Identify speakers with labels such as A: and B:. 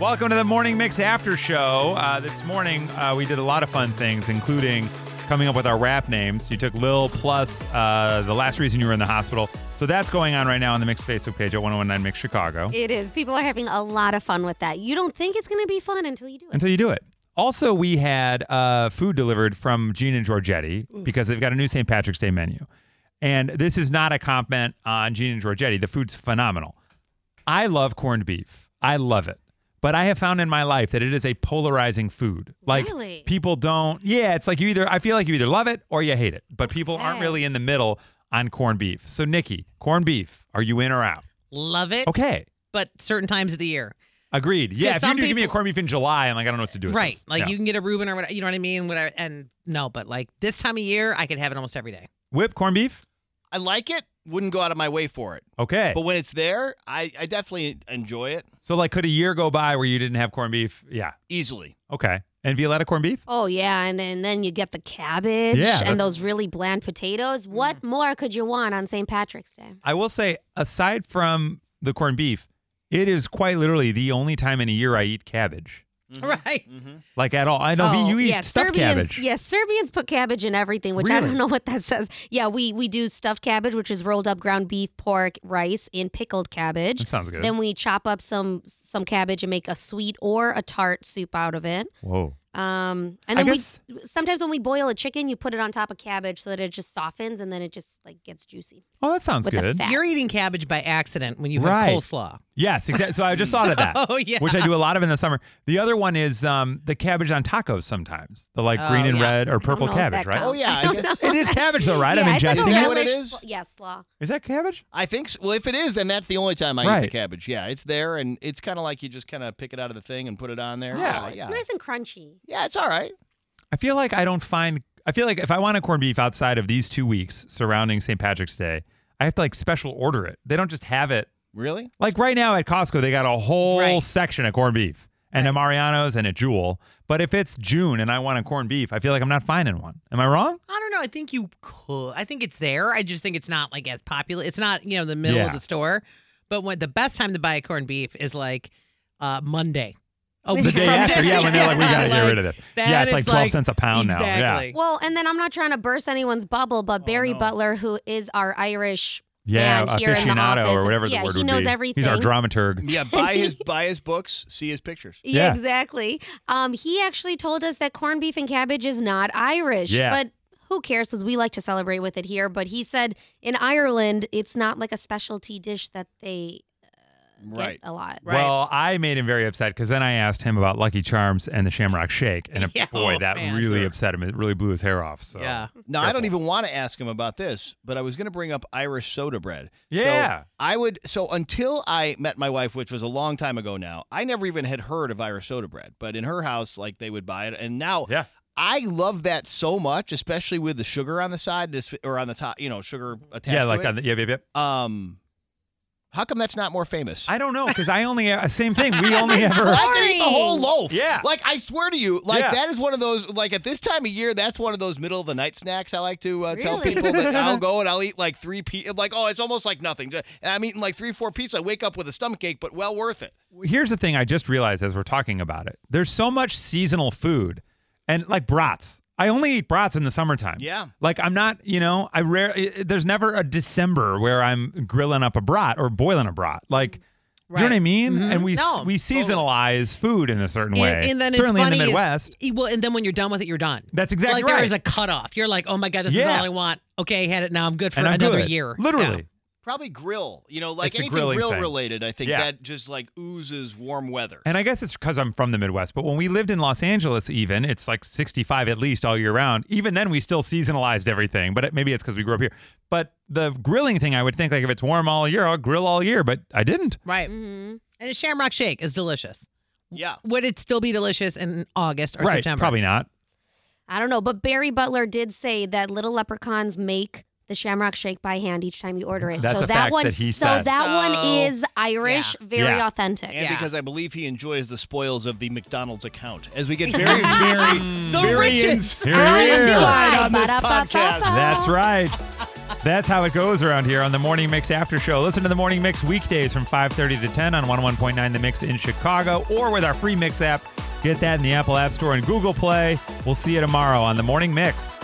A: Welcome to the Morning Mix After Show. Uh, this morning, uh, we did a lot of fun things, including coming up with our rap names. You took Lil plus uh, the last reason you were in the hospital. So that's going on right now on the Mix Facebook page at 1019 Mix Chicago
B: It is. People are having a lot of fun with that. You don't think it's going to be fun until you do it.
A: until you do it. Also, we had uh, food delivered from Gene and Giorgetti because they've got a new St. Patrick's Day menu. And this is not a comment on Gene and Giorgetti. The food's phenomenal. I love corned beef. I love it. But I have found in my life that it is a polarizing food. Like
B: Really?
A: people don't. Yeah, it's like you either I feel like you either love it or you hate it. But people aren't
B: Okay.
A: really in the middle on corned beef. So Nikki, corned beef, are you in or out?
C: Love it,
A: Okay.
C: but certain times of the year.
A: Agreed. Yeah,
C: 'Cause
A: if you
C: some
A: do give me a
C: people-
A: corned beef in July, I'm like I don't know what to do with
C: Right.
A: this.
C: Like
A: Yeah.
C: you can get a Reuben or whatever, you know what I mean? Whatever. And no, but like this time of year, I could have it almost every day.
A: whip corned beef?
D: I like it. Wouldn't go out of my way for it.
A: Okay.
D: But when it's there, I, I definitely enjoy it
A: So like could a year go by where you didn't have corned beef? Yeah.
D: easily.
A: Okay. And Violetta corned beef?
B: Oh, yeah. And, and then you get the cabbage
A: Yeah, that's-
B: and those really bland potatoes. What more could you want on St. Patrick's Day?
A: I will say, aside from the corned beef, it is quite literally the only time in a year I eat cabbage.
C: Right.
D: Mm-hmm.
A: Like at all. I know
B: oh,
A: you eat
B: yeah,
A: stuffed
B: Serbians,
A: cabbage.
B: Yeah, Serbians put cabbage in everything, which I
A: Really?
B: don't know what that says. Yeah, we, we do stuffed cabbage, which is rolled up ground beef, pork, rice, and pickled cabbage.
A: That sounds good.
B: Then we chop up some some cabbage and make a sweet or a tart soup out of it.
A: Whoa.
B: Um,
A: I
B: and then
A: guess
B: we sometimes when we boil a chicken, you put it on top of cabbage so that it just softens and then it just like gets juicy.
A: Oh, that sounds
B: with the
A: good.
B: fat.
C: You're eating cabbage by accident when you have
A: Right.
C: coleslaw.
A: Yes, exactly. So I just thought of that.
C: Oh yeah.
A: Which I do a lot of in the summer. The other one is um, the cabbage on tacos sometimes. The like
C: Oh,
A: green and
C: yeah.
A: red or purple
B: know if that
A: cabbage, right?
D: Oh
B: counts.
D: yeah,
B: I
D: I
B: don't
D: guess.
A: It is cabbage though, right?
B: yeah,
A: I'm
B: it's like a
A: ingesting
D: Is that
A: it.
D: what it
B: relish-
D: is?
B: Yeah, slaw.
A: Is that cabbage?
D: I think so. Well, if it is, then that's the only time I eat the
A: Right.
D: cabbage. Yeah, it's there, and it's kind of like you just kind of pick it out of the thing and put it on there.
A: Yeah.
D: yeah,
B: It's nice and crunchy.
D: Yeah, it's all right.
A: I feel like I don't find. I feel like if I want a corned beef outside of these two weeks surrounding St. Patrick's Day, I have to like special order it. They don't just have it.
D: Really?
A: Like right now at Costco, they got a whole
C: Right.
A: section of corned beef and at Mariano's and at Jewel. But if it's June and I want a corned beef, I feel like I'm not finding one. Am I wrong?
C: I don't know. I think you could. I think it's there. I just think it's not like as popular. It's not you know the middle
A: Yeah.
C: of the store. But when the best time to buy a corned beef is like uh, Monday. Oh,
A: The day
C: from
A: after, yeah, when they're like, we gotta get rid of this.
C: that
A: yeah, it's
C: is
A: like twelve cents a pound now.
C: exactly.
B: Well, and then I'm not trying to burst anyone's bubble, but Barry
D: Oh, no.
B: Butler, who is our Irish
A: Yeah, yeah,
B: man here in the
A: aficionado
B: office,
A: or whatever
B: yeah,
A: the word
B: he
A: would
B: knows
A: be.
B: everything.
A: He's our dramaturg.
D: Yeah. Buy his buy his books, see his pictures.
B: Yeah,
A: Yeah.
B: exactly. Um, he actually told us that corned beef and cabbage is not Irish.
A: Yeah.
B: But who cares? Because we like to celebrate with it here. But he said in Ireland, it's not like a specialty dish that they
D: Right.
B: get a lot.
C: Right.
A: Well, I made him very upset because then I asked him about Lucky Charms and the Shamrock Shake, and
C: Yeah,
A: boy,
C: oh,
A: that
C: man.
A: really
C: Sure.
A: upset him. It really blew his hair off. So
C: Yeah.
D: Now I don't
A: Careful.
D: even want to ask him about this, but I was going to bring up Irish soda bread. So
A: Yeah.
D: I would. So until I met my wife, which was a long time ago now, I never even had heard of Irish soda bread. But in her house, like they would buy it, and now
A: Yeah.
D: I love that so much, especially with the sugar on the side this- or on the top, you know, sugar attached.
A: yeah,
D: to
A: like
D: it.
A: on the, yeah, yeah, yeah.
D: Um, how come that's not more famous?
A: I don't know because I only uh, same thing. We only ever.
D: I can eat the whole
B: Boring.
D: loaf.
A: Yeah.
D: Like I swear to you, like
A: Yeah.
D: that is one of those. Like at this time of year, that's one of those middle of the night snacks. I like to uh, tell
B: Really?
D: people that I'll go and I'll eat like three pieces. Like oh, it's almost like nothing. And I'm eating like three, four pieces. I wake up with a stomach ache, but well worth it.
A: Here's the thing I just realized as we're talking about it. There's so much seasonal food, and like brats. I only eat brats in the summertime.
D: Yeah.
A: Like I'm not, you know, I rare. i- i- There's never a December where I'm grilling up a brat or boiling a brat. Like. You know what I
C: Right.
A: mean?
C: Mhm.
A: And we s-
C: No,
A: we seasonalize food in a certain
C: And,
A: way.
C: and then
A: Certainly
C: it's funny
A: in the
C: is-
A: Midwest.
C: e- well, and then when you're done with it, you're done.
A: That's exactly
C: like there
A: right.
C: is a cutoff. You're like, oh my god, this
A: Yeah.
C: is all I want. Okay, had it now. I'm good for
A: and I'm
C: another
A: good.
C: year.
A: Literally.
C: Yeah.
D: Probably grill. You know, like
A: It's a
D: anything
A: grilling
D: grill
A: thing.
D: related. I think
A: Yeah.
D: that just like oozes warm weather.
A: And I guess it's because I'm from the Midwest, but when we lived in Los Angeles, even it's like 65 at least all year round. Even then, we still seasonalized everything, but it, maybe it's because we grew up here. But the grilling thing, I would think like if it's warm all year, I'll grill all year, but I didn't.
C: Right.
B: Mm-hmm.
C: And a shamrock shake is delicious.
D: yeah.
C: Would it still be delicious in August or
A: right?
C: September?
A: Probably not.
B: I don't know, but Barry Butler did say that little leprechauns make the shamrock shake by hand each time you order it.
A: That's
B: so
A: a
B: that
A: fact
B: one
A: that he
B: so
A: said.
B: that one
C: So-
B: is Irish, very
A: Yeah.
B: authentic.
D: And
C: Yeah.
D: because I believe he enjoys the spoils of the McDonald's account, as we get very, very,
C: The
D: very
C: riches.
D: ins-
A: Here
B: I
A: we
D: very
B: am
A: are.
B: July.
D: inside on this
B: Ba-da-ba-ba-ba.
D: podcast.
A: That's right. That's how it goes around here on the Morning Mix After Show. Listen to the Morning Mix weekdays from 5:30 to 10 on 101.9 The Mix in Chicago, or with our free Mix app. Get that in the Apple App Store and Google Play. We'll see you tomorrow on the Morning Mix.